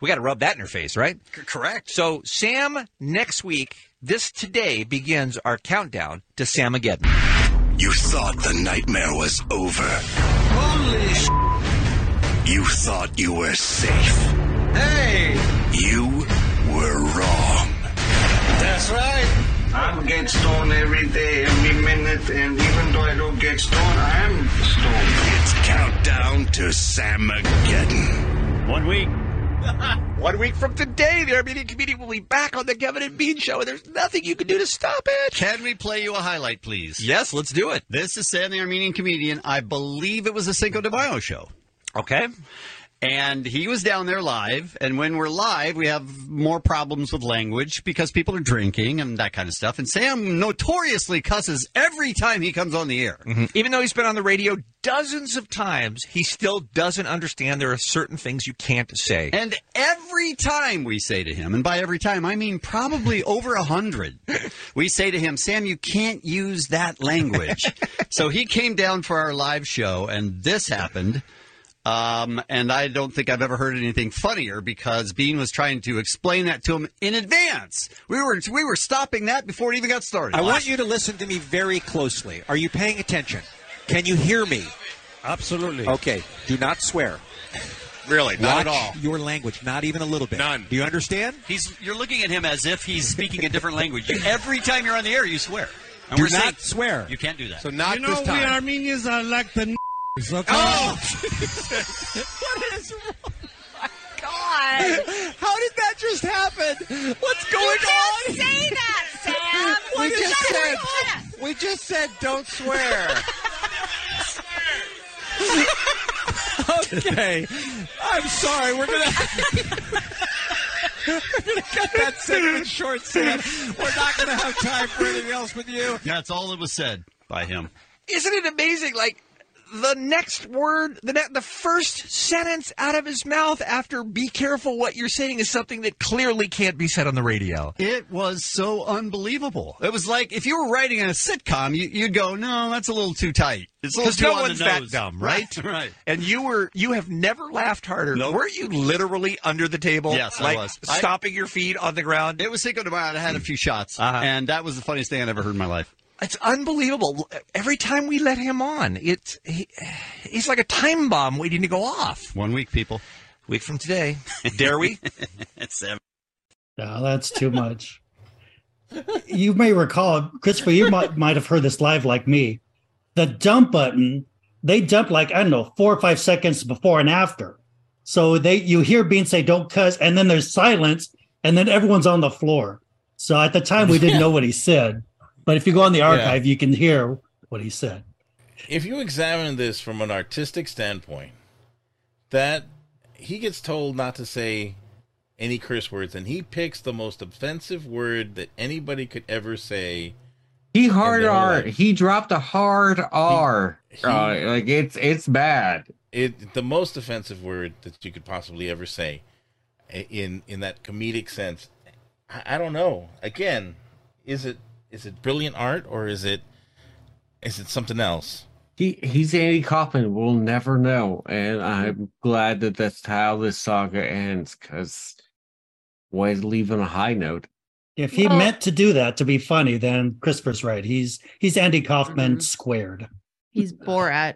Speaker 20: We got to rub that in her face, right?
Speaker 9: correct.
Speaker 20: So, Sam, next week, this today begins our countdown to Samageddon.
Speaker 23: You thought the nightmare was over.
Speaker 19: Holy sh!
Speaker 23: You thought you were safe.
Speaker 19: Hey!
Speaker 23: You were wrong.
Speaker 12: That's right. I get stoned every day, every minute, and even though I don't get stoned, I am stoned.
Speaker 23: It's countdown to Samageddon.
Speaker 9: One week.
Speaker 20: One week from today, the Armenian comedian will be back on the Kevin and Bean show, and there's nothing you can do to stop it.
Speaker 9: Can we play you a highlight, please?
Speaker 20: Yes, let's do it.
Speaker 18: This is Sam, the Armenian comedian. I believe it was a Cinco de Mayo show.
Speaker 20: Okay.
Speaker 18: And he was down there live. And when we're live, we have more problems with language because people are drinking and that kind of stuff. And Sam notoriously cusses every time he comes on the air.
Speaker 20: Mm-hmm. Even though he's been on the radio dozens of times, he still doesn't understand there are certain things you can't say.
Speaker 18: And every time we say to him, and by every time I mean probably over a hundred, we say to him, Sam, you can't use that language. so he came down for our live show, and this happened. Um, and I don't think I've ever heard anything funnier because Bean was trying to explain that to him in advance. We were we were stopping that before it even got started.
Speaker 25: I want you to listen to me very closely. Are you paying attention? Can you hear me?
Speaker 19: Absolutely.
Speaker 25: Okay. Do not swear.
Speaker 9: Really?
Speaker 25: Watch
Speaker 9: Not at all.
Speaker 25: Your language, not even a little bit.
Speaker 9: None.
Speaker 25: Do you understand?
Speaker 18: He's you're looking at him as if he's speaking a different language. You- every time you're on the air, you swear. And
Speaker 25: Do
Speaker 18: we're saying,
Speaker 25: not swear.
Speaker 18: You can't do that.
Speaker 25: So not
Speaker 18: You
Speaker 25: this
Speaker 18: know,
Speaker 25: time. Oh!
Speaker 18: we
Speaker 19: Armenians are like the n****s, okay?
Speaker 9: what is wrong?
Speaker 22: God.
Speaker 25: How did that just happen? What's going
Speaker 22: can't
Speaker 25: on?
Speaker 22: say that, Sam.
Speaker 25: We
Speaker 22: You
Speaker 25: just
Speaker 22: gotta
Speaker 25: said-
Speaker 22: relax.
Speaker 25: We just said don't swear. okay. I'm sorry. We're gonna We're gonna cut that segment short, Sam. We're not gonna have time for anything else with you.
Speaker 18: That's all that was said by him.
Speaker 20: Isn't it amazing? Like the next word, the ne- the first sentence out of his mouth after "Be careful what you're saying" is something that clearly can't be said on the radio.
Speaker 18: It was so unbelievable. It was like if you were writing a sitcom, you, you'd go, "No, that's a little too tight." It's a little
Speaker 20: Because
Speaker 18: too
Speaker 20: no
Speaker 18: on
Speaker 20: one's
Speaker 18: the
Speaker 20: that
Speaker 18: nose."
Speaker 20: dumb, right?
Speaker 18: Right. right.
Speaker 20: And you were you have never laughed harder. Weren't you literally under the table?
Speaker 18: Yes, I
Speaker 20: like
Speaker 18: was. I-
Speaker 20: stomping your feet on the ground.
Speaker 18: It was Cinco de Mayo. and I had a few shots,
Speaker 20: Uh-huh.
Speaker 18: and that was the funniest thing I'd ever heard in my life.
Speaker 20: It's unbelievable. Every time we let him on, it's he, he's like a time bomb waiting to go off.
Speaker 18: One week, people.
Speaker 20: Week from today, dare we?
Speaker 18: Sam.
Speaker 6: No, that's too much. you may recall, Christopher, you might, might have heard this live like me. The dump button, they dump like, I don't know, four or five seconds before and after. So they you hear Bean say, don't cuss, and then there's silence, and then everyone's on the floor. So at the time we didn't know what he said. But if you go on the archive, you can hear what he said.
Speaker 1: if you examine this from an artistic standpoint, that he gets told not to say any curse words, and he picks the most offensive word that anybody could ever say.
Speaker 3: He hard
Speaker 1: And
Speaker 6: uh,
Speaker 1: then,
Speaker 3: R.
Speaker 1: like-
Speaker 3: He dropped a hard R.
Speaker 1: he-
Speaker 3: Uh, like it's it's bad.
Speaker 1: It the most offensive word that you could possibly ever say, i- in in that comedic sense. I, I don't know. Again, is it is it brilliant art or is it is it something else?
Speaker 3: He he's Andy Kaufman. We'll never know, and I'm glad that that's how this saga ends. Because why leave on a high note?
Speaker 6: If he
Speaker 3: Well-
Speaker 6: meant to do that to be funny, then Christopher's right. He's he's Andy Kaufman squared.
Speaker 1: He's Borat. uh,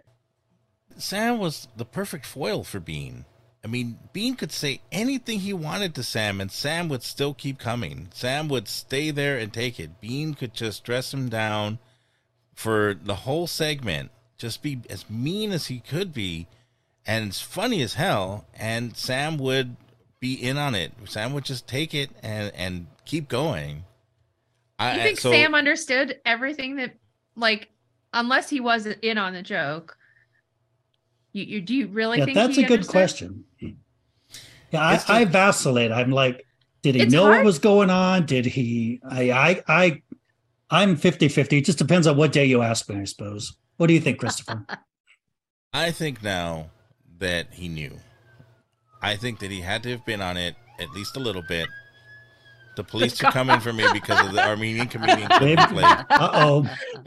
Speaker 1: Sam was the perfect foil for Bean. I mean, Bean could say anything he wanted to Sam, and Sam would still keep coming. Sam would stay there and take it. Bean could just dress him down for the whole segment, just be as mean as he could be, and it's funny as hell. And Sam would be in on it. Sam would just take it and and keep going. I
Speaker 10: You
Speaker 1: I-
Speaker 10: think
Speaker 1: so-
Speaker 10: Sam understood everything that, like, unless he wasn't in on the joke? You, you do you really
Speaker 6: yeah,
Speaker 10: think
Speaker 6: that's a
Speaker 10: he
Speaker 6: good
Speaker 10: understood?
Speaker 6: question. Yeah, I, I vacillate. I'm like, did he
Speaker 10: It's
Speaker 6: know
Speaker 10: hard.
Speaker 6: what was going on? Did he? I, I, I, I'm 50 50. It just depends on what day you ask me, I suppose. What do you think, Christopher?
Speaker 1: I think now that he knew. I think that he had to have been on it at least a little bit. The police are coming for me because of the Armenian comedian.
Speaker 6: Babe, uh-oh.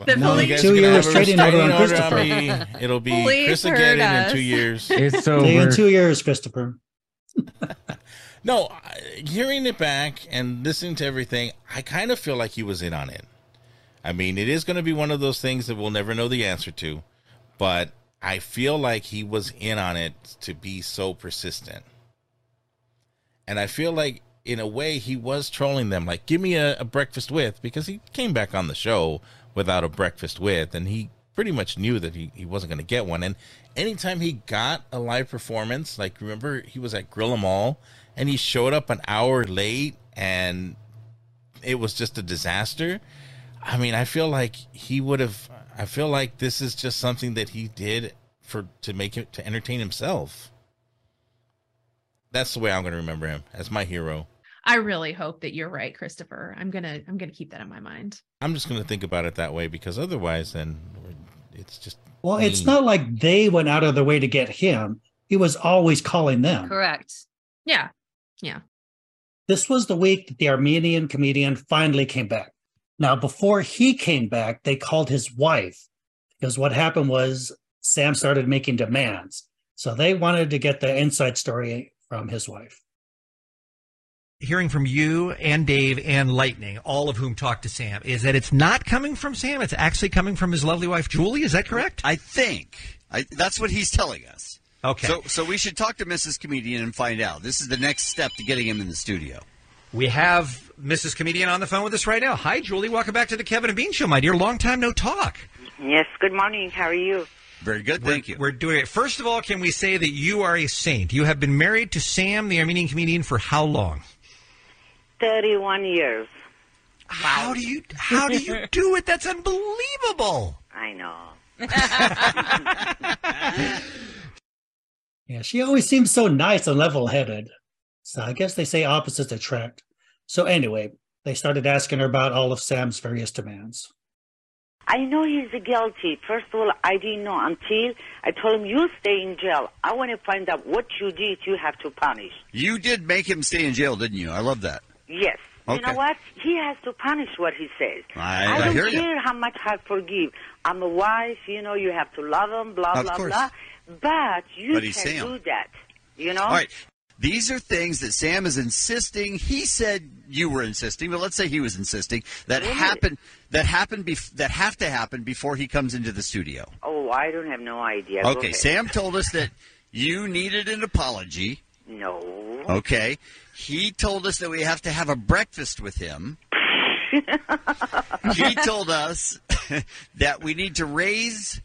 Speaker 6: The
Speaker 1: Now you
Speaker 6: police-
Speaker 1: guys are
Speaker 6: Two
Speaker 1: gonna
Speaker 6: year
Speaker 1: have a
Speaker 6: restraining order on
Speaker 1: restraining order on
Speaker 6: Christopher.
Speaker 1: me. It'll be
Speaker 10: Police
Speaker 1: Chris
Speaker 10: heard
Speaker 1: again in
Speaker 10: us.
Speaker 1: two years.
Speaker 3: It's
Speaker 6: Day in
Speaker 3: over.
Speaker 6: two years, Christopher.
Speaker 1: No, I- hearing it back and listening to everything, I kind of feel like he was in on it. I mean, it is going to be one of those things that we'll never know the answer to, but I feel like he was in on it to be so persistent. And I feel like, in a way, he was trolling them. Like, give me a, a breakfast with, because he came back on the show without a breakfast with, and he pretty much knew that he, he wasn't going to get one. And anytime he got a live performance, like, remember, he was at Grill 'em All and he showed up an hour late and it was just a disaster. I mean, I feel like he would have. I feel like this is just something that he did for to make it to entertain himself. That's the way I'm going to remember him as my hero.
Speaker 4: I really hope that you're right, Christopher. I'm gonna I'm gonna keep that in my mind.
Speaker 1: I'm just going to think about it that way because otherwise, then we're- it's just
Speaker 6: Well, it's
Speaker 1: Mm.
Speaker 6: not like they went out of their way to get him. He was always calling them.
Speaker 4: Correct. Yeah. Yeah.
Speaker 6: This was the week that the Armenian comedian finally came back. Now, before he came back, they called his wife because what happened was Sam started making demands. So they wanted to get the inside story from his wife.
Speaker 20: hearing from you and Dave and Lightning, all of whom talked to Sam, is that it's not coming from Sam. It's actually coming from his lovely wife, Julie. Is that correct?
Speaker 18: I think I, that's what he's telling us.
Speaker 20: Okay.
Speaker 18: So, so we should talk to Mrs. Comedian and find out. This is the next step to getting him in the studio.
Speaker 20: We have Mrs. Comedian on the phone with us right now. Hi, Julie. Welcome back to the Kevin and Bean Show, my dear. Long time no talk.
Speaker 18: Yes. Good morning. How are you? Very good. Thank you.
Speaker 20: We're doing it. First of all, can we say that you are a saint? You have been married to Sam, the Armenian comedian, for how long?
Speaker 14: 31 years.
Speaker 20: How do you how do you do it? That's unbelievable.
Speaker 14: I know.
Speaker 6: Yeah, she always seems so nice and level headed. So I guess they say opposites attract. So anyway, they started asking her about all of Sam's various demands.
Speaker 14: I know he's guilty. First of all, I didn't know until I told him, you stay in jail. I want to find out what you did. You have to punish.
Speaker 18: You did make him stay in jail, didn't you? I love that.
Speaker 14: Yes. You
Speaker 18: Okay.
Speaker 14: know what? He has to punish what he says.
Speaker 18: I- I
Speaker 14: don't
Speaker 18: hear you.
Speaker 14: care how much I forgive. I'm a wife. You know, you have to love him, blah,
Speaker 18: Of
Speaker 14: blah,
Speaker 18: course.
Speaker 14: blah. But you
Speaker 18: But
Speaker 14: can
Speaker 18: he's Sam.
Speaker 14: do that. You know?
Speaker 18: All right. These are things that Sam is insisting. He said you were insisting, but let's say he was insisting that
Speaker 14: Really?
Speaker 18: happen that happen bef- that have to happen before he comes into the studio.
Speaker 14: Oh, I don't have no idea. Go
Speaker 18: Okay,
Speaker 14: ahead.
Speaker 18: Sam told us that you needed an apology.
Speaker 14: No.
Speaker 18: Okay. He told us that we have to have a breakfast with him. he told us that we need to raise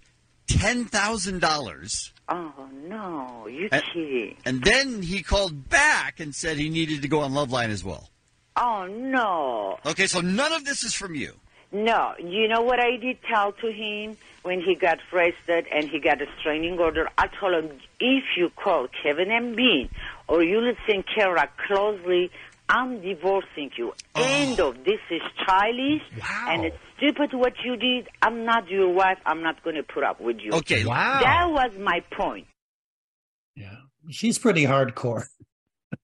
Speaker 18: $10,000.
Speaker 14: Oh, no. You
Speaker 18: And-
Speaker 14: kidding.
Speaker 18: And then he called back and said he needed to go on Love Line as well.
Speaker 14: Oh, no.
Speaker 18: Okay, so none of this is from you.
Speaker 14: No, you know what I did tell to him when he got arrested and he got a restraining order? I told him, if you call Kevin and Bean or you listen Kara closely, I'm divorcing you. End of. This is childish and it's stupid what you did. I'm not your wife. I'm not going to put up with you.
Speaker 18: Okay.
Speaker 14: Wow. That was my point.
Speaker 6: She's pretty hardcore. uh,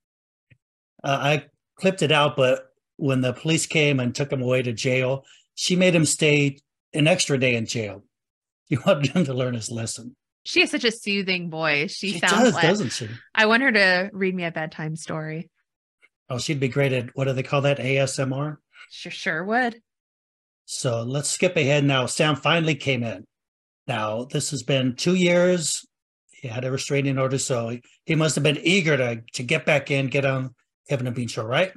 Speaker 6: I clipped it out, but when the police came and took him away to jail, she made him stay an extra day in jail. She wanted him to learn his lesson.
Speaker 4: She has such a soothing voice. She,
Speaker 6: She
Speaker 4: sounds
Speaker 6: does,
Speaker 4: like
Speaker 6: doesn't she?
Speaker 4: I want her to read me a bedtime story.
Speaker 6: Oh, she'd be great at what do they call that? ASMR?
Speaker 4: Sure sure would.
Speaker 6: So let's skip ahead now. Sam finally came in. Now, this has been two years. He had a restraining order, so he must have been eager to, to get back in, get on Kevin and Bean show, right?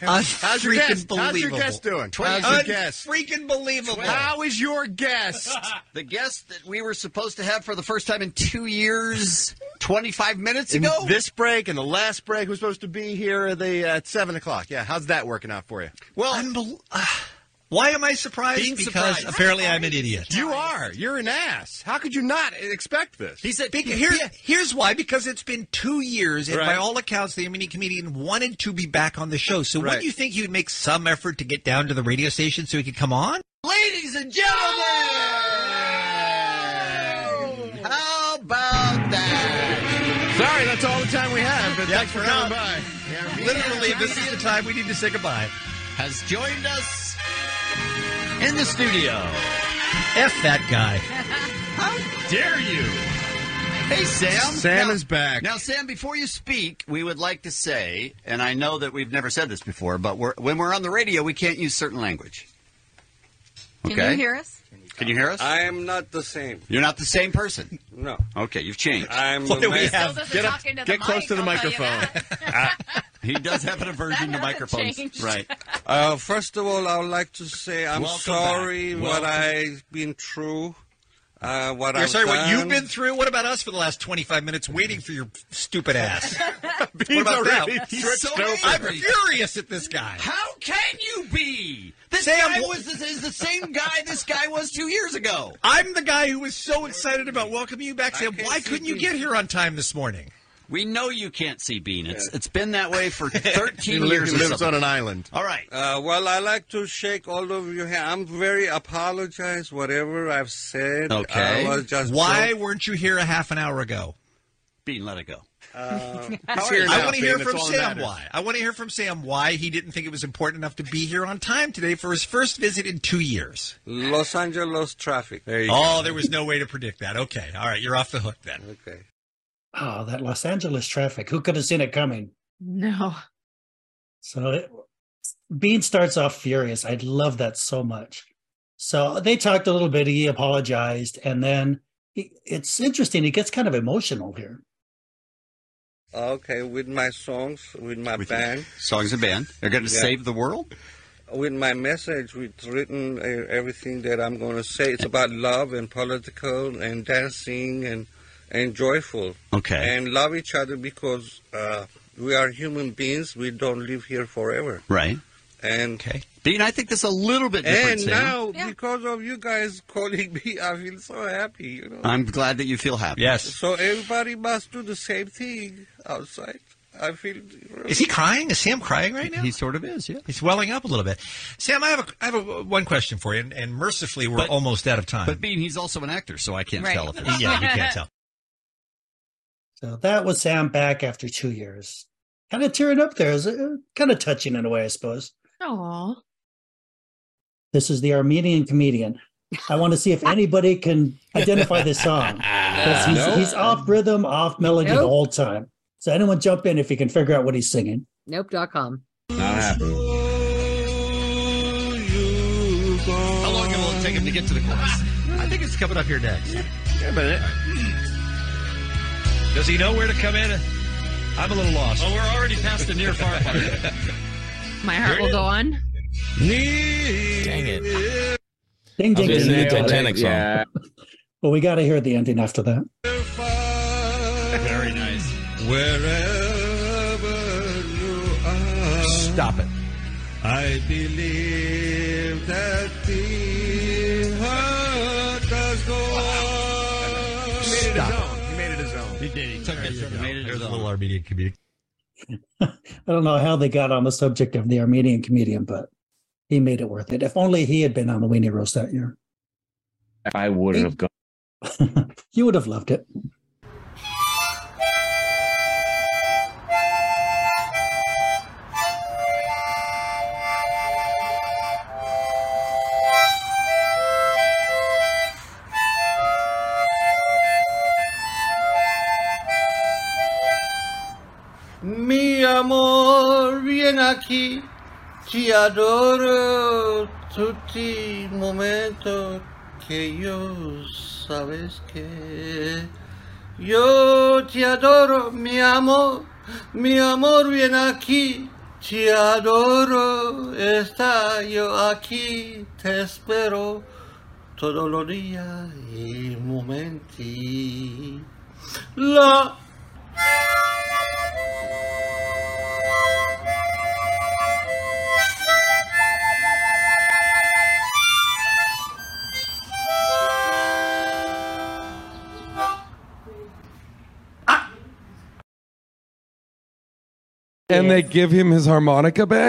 Speaker 20: How's
Speaker 15: your guest? How's your guest doing? How's your guest?
Speaker 18: Freaking believable.
Speaker 15: How is your guest?
Speaker 18: The guest that we were supposed to have for the first time in two years, 25 minutes
Speaker 15: In
Speaker 18: ago?
Speaker 15: this break and the last break, who's supposed to be here at, the, uh, at 7 o'clock? Yeah, how's that working out for you?
Speaker 20: Well, why am I surprised?
Speaker 15: Being
Speaker 20: because
Speaker 15: surprised.
Speaker 20: apparently I'm an idiot.
Speaker 15: You are. You're an ass. How could you not expect this?
Speaker 20: He said,
Speaker 15: Beca-
Speaker 20: here,
Speaker 15: yeah.
Speaker 20: here's why. Because it's been two years, and by
Speaker 15: Right.
Speaker 20: all accounts, the Armenian comedian wanted to be back on the show. So
Speaker 15: Right.
Speaker 20: wouldn't you think he would make some effort to get down to the radio station so he could come on?
Speaker 18: Ladies and gentlemen, how about that?
Speaker 15: Oh! Sorry, that's all the time we have. But
Speaker 20: Yeah,
Speaker 15: thanks for
Speaker 20: we're done.
Speaker 15: coming by.
Speaker 18: Literally, this is the time we need to say goodbye. Has joined us in the studio.
Speaker 20: F that guy.
Speaker 18: How dare you?
Speaker 11: Hey, Sam.
Speaker 15: Sam
Speaker 11: Now-
Speaker 15: is back.
Speaker 11: Now, Sam, before you speak, we would like to say, and I know that we've never said this before, but we're, when we're on the radio, we can't use certain language.
Speaker 22: Can you hear us?
Speaker 11: Can you hear us?
Speaker 2: I am not the same.
Speaker 11: You're not the same person.
Speaker 2: No.
Speaker 11: Okay, you've changed.
Speaker 2: I'm
Speaker 11: What
Speaker 2: the
Speaker 11: do we
Speaker 2: man.
Speaker 11: have?
Speaker 2: Still doesn't
Speaker 11: Get,
Speaker 2: talk into the
Speaker 11: get close
Speaker 2: mic,
Speaker 11: to the
Speaker 2: I'll tell you
Speaker 22: Oh,
Speaker 11: microphone. Ah, he does have an aversion to microphones.
Speaker 2: changed.
Speaker 11: Right.
Speaker 2: Uh, first of all, I would like to say I'm
Speaker 11: Welcome
Speaker 2: sorry
Speaker 11: back.
Speaker 2: what
Speaker 11: Welcome.
Speaker 2: I've been through. Uh, what
Speaker 20: You're
Speaker 2: I've
Speaker 20: sorry what you've
Speaker 2: done.
Speaker 20: been through? What about us for the last 25 minutes waiting for your stupid ass?
Speaker 15: He's
Speaker 20: what about
Speaker 15: already
Speaker 20: that?
Speaker 15: switched
Speaker 20: So
Speaker 15: over.
Speaker 20: I'm furious at this guy.
Speaker 11: How can you be? This
Speaker 20: Sam,
Speaker 11: guy
Speaker 20: wh-
Speaker 11: was this is the same guy this guy was two years ago.
Speaker 20: I'm the guy who was so excited about welcoming you back, Sam. Why couldn't you get here on time this morning?
Speaker 11: We know you can't see Bean. It's it's been that way for 13
Speaker 20: He
Speaker 11: years.
Speaker 20: lives-
Speaker 11: or
Speaker 20: lives
Speaker 11: something.
Speaker 20: on an island.
Speaker 11: All right.
Speaker 2: Uh, well, I like to shake all of your hand. I'm very apologize whatever I've said. I was just
Speaker 20: Why weren't you here a half an hour ago?
Speaker 11: Bean, let it go.
Speaker 2: Uh,
Speaker 20: I want to hear from Sam why. I want to hear from Sam why he didn't think it was important enough to be here on time today for his first visit in two years.
Speaker 2: Los Angeles traffic. There you
Speaker 20: Oh,
Speaker 2: go.
Speaker 20: there was no way to predict that. Okay. All right. You're off the hook then.
Speaker 2: Okay.
Speaker 6: Oh, that Los Angeles traffic. Who could have seen it coming?
Speaker 10: No.
Speaker 6: So it, Bean starts off furious. I love that so much. So they talked a little bit. He apologized, and then he, it's interesting. He gets kind of emotional here.
Speaker 2: Okay, with my songs, with my band,
Speaker 11: Songs and band. They're going to
Speaker 2: Yeah.
Speaker 11: save the world.
Speaker 2: with my message, with written uh, everything that I'm going to say. It's about love and political and dancing and and joyful.
Speaker 11: Okay.
Speaker 2: And love each other because uh, we are human beings. We don't live here forever.
Speaker 11: Right.
Speaker 2: And
Speaker 11: okay. Bean, I think that's a little bit different.
Speaker 2: and
Speaker 11: Sam.
Speaker 2: now, because of you guys calling me, I feel so happy. You know.
Speaker 11: I'm glad that you feel happy. Yes.
Speaker 2: So everybody must do the same thing outside. I feel.
Speaker 20: Is he crying? Is Sam crying right now? He
Speaker 11: sort of is. Yeah.
Speaker 20: He's welling up a little bit. Sam, I have a, I have a, one question for you, and, and mercifully we're
Speaker 11: But-
Speaker 20: almost out of time.
Speaker 11: But Bean, he's also an actor, so I can't
Speaker 6: Right.
Speaker 11: tell if it's
Speaker 20: yeah, you can't tell.
Speaker 6: So that was Sam back after two years. Kind of tearing up there. It was, uh, kind of touching in a way, I suppose.
Speaker 10: Oh.
Speaker 6: This is the Armenian comedian. I want to see if anybody can identify this song. 'Cause He's,
Speaker 5: Nope.
Speaker 6: he's off rhythm, off melody the
Speaker 5: Nope.
Speaker 6: whole time. So anyone jump in if you can figure out what he's singing.
Speaker 5: Nope.com.
Speaker 20: How long will it take him to get to the chorus? I think it's coming up here next.
Speaker 15: Wait a minute.
Speaker 20: Does he know where to come in? I'm a little lost.
Speaker 15: Oh, we're already past the near far part.
Speaker 10: My heart will go on.
Speaker 25: Dang it.
Speaker 6: Ding,
Speaker 1: I
Speaker 6: ding,
Speaker 1: was gonna
Speaker 6: ding.
Speaker 1: say
Speaker 6: ding,
Speaker 1: the
Speaker 6: ding.
Speaker 1: Titanic song. Yeah.
Speaker 6: But we got to hear the ending after that.
Speaker 20: Very nice. Stop it.
Speaker 19: I believe that the heart does go on.
Speaker 20: Stop
Speaker 15: He made it his own. He did. He took it.
Speaker 11: Made it his own.
Speaker 20: Little Armenian comedian.
Speaker 6: I don't know how they got on the subject of the Armenian comedian, but he made it worth it. If only he had been on the Weenie Roast that year,
Speaker 3: I wouldn't have gone.
Speaker 6: you would have loved it.
Speaker 16: Mi amor, vieni aquí, ti adoro tutti momento che io sabes che io ti adoro, mi amor, mi amor, vieni aquí, ti adoro, sta io aquí, te spero todo lo día y momenti. La
Speaker 13: And they give him his harmonica back?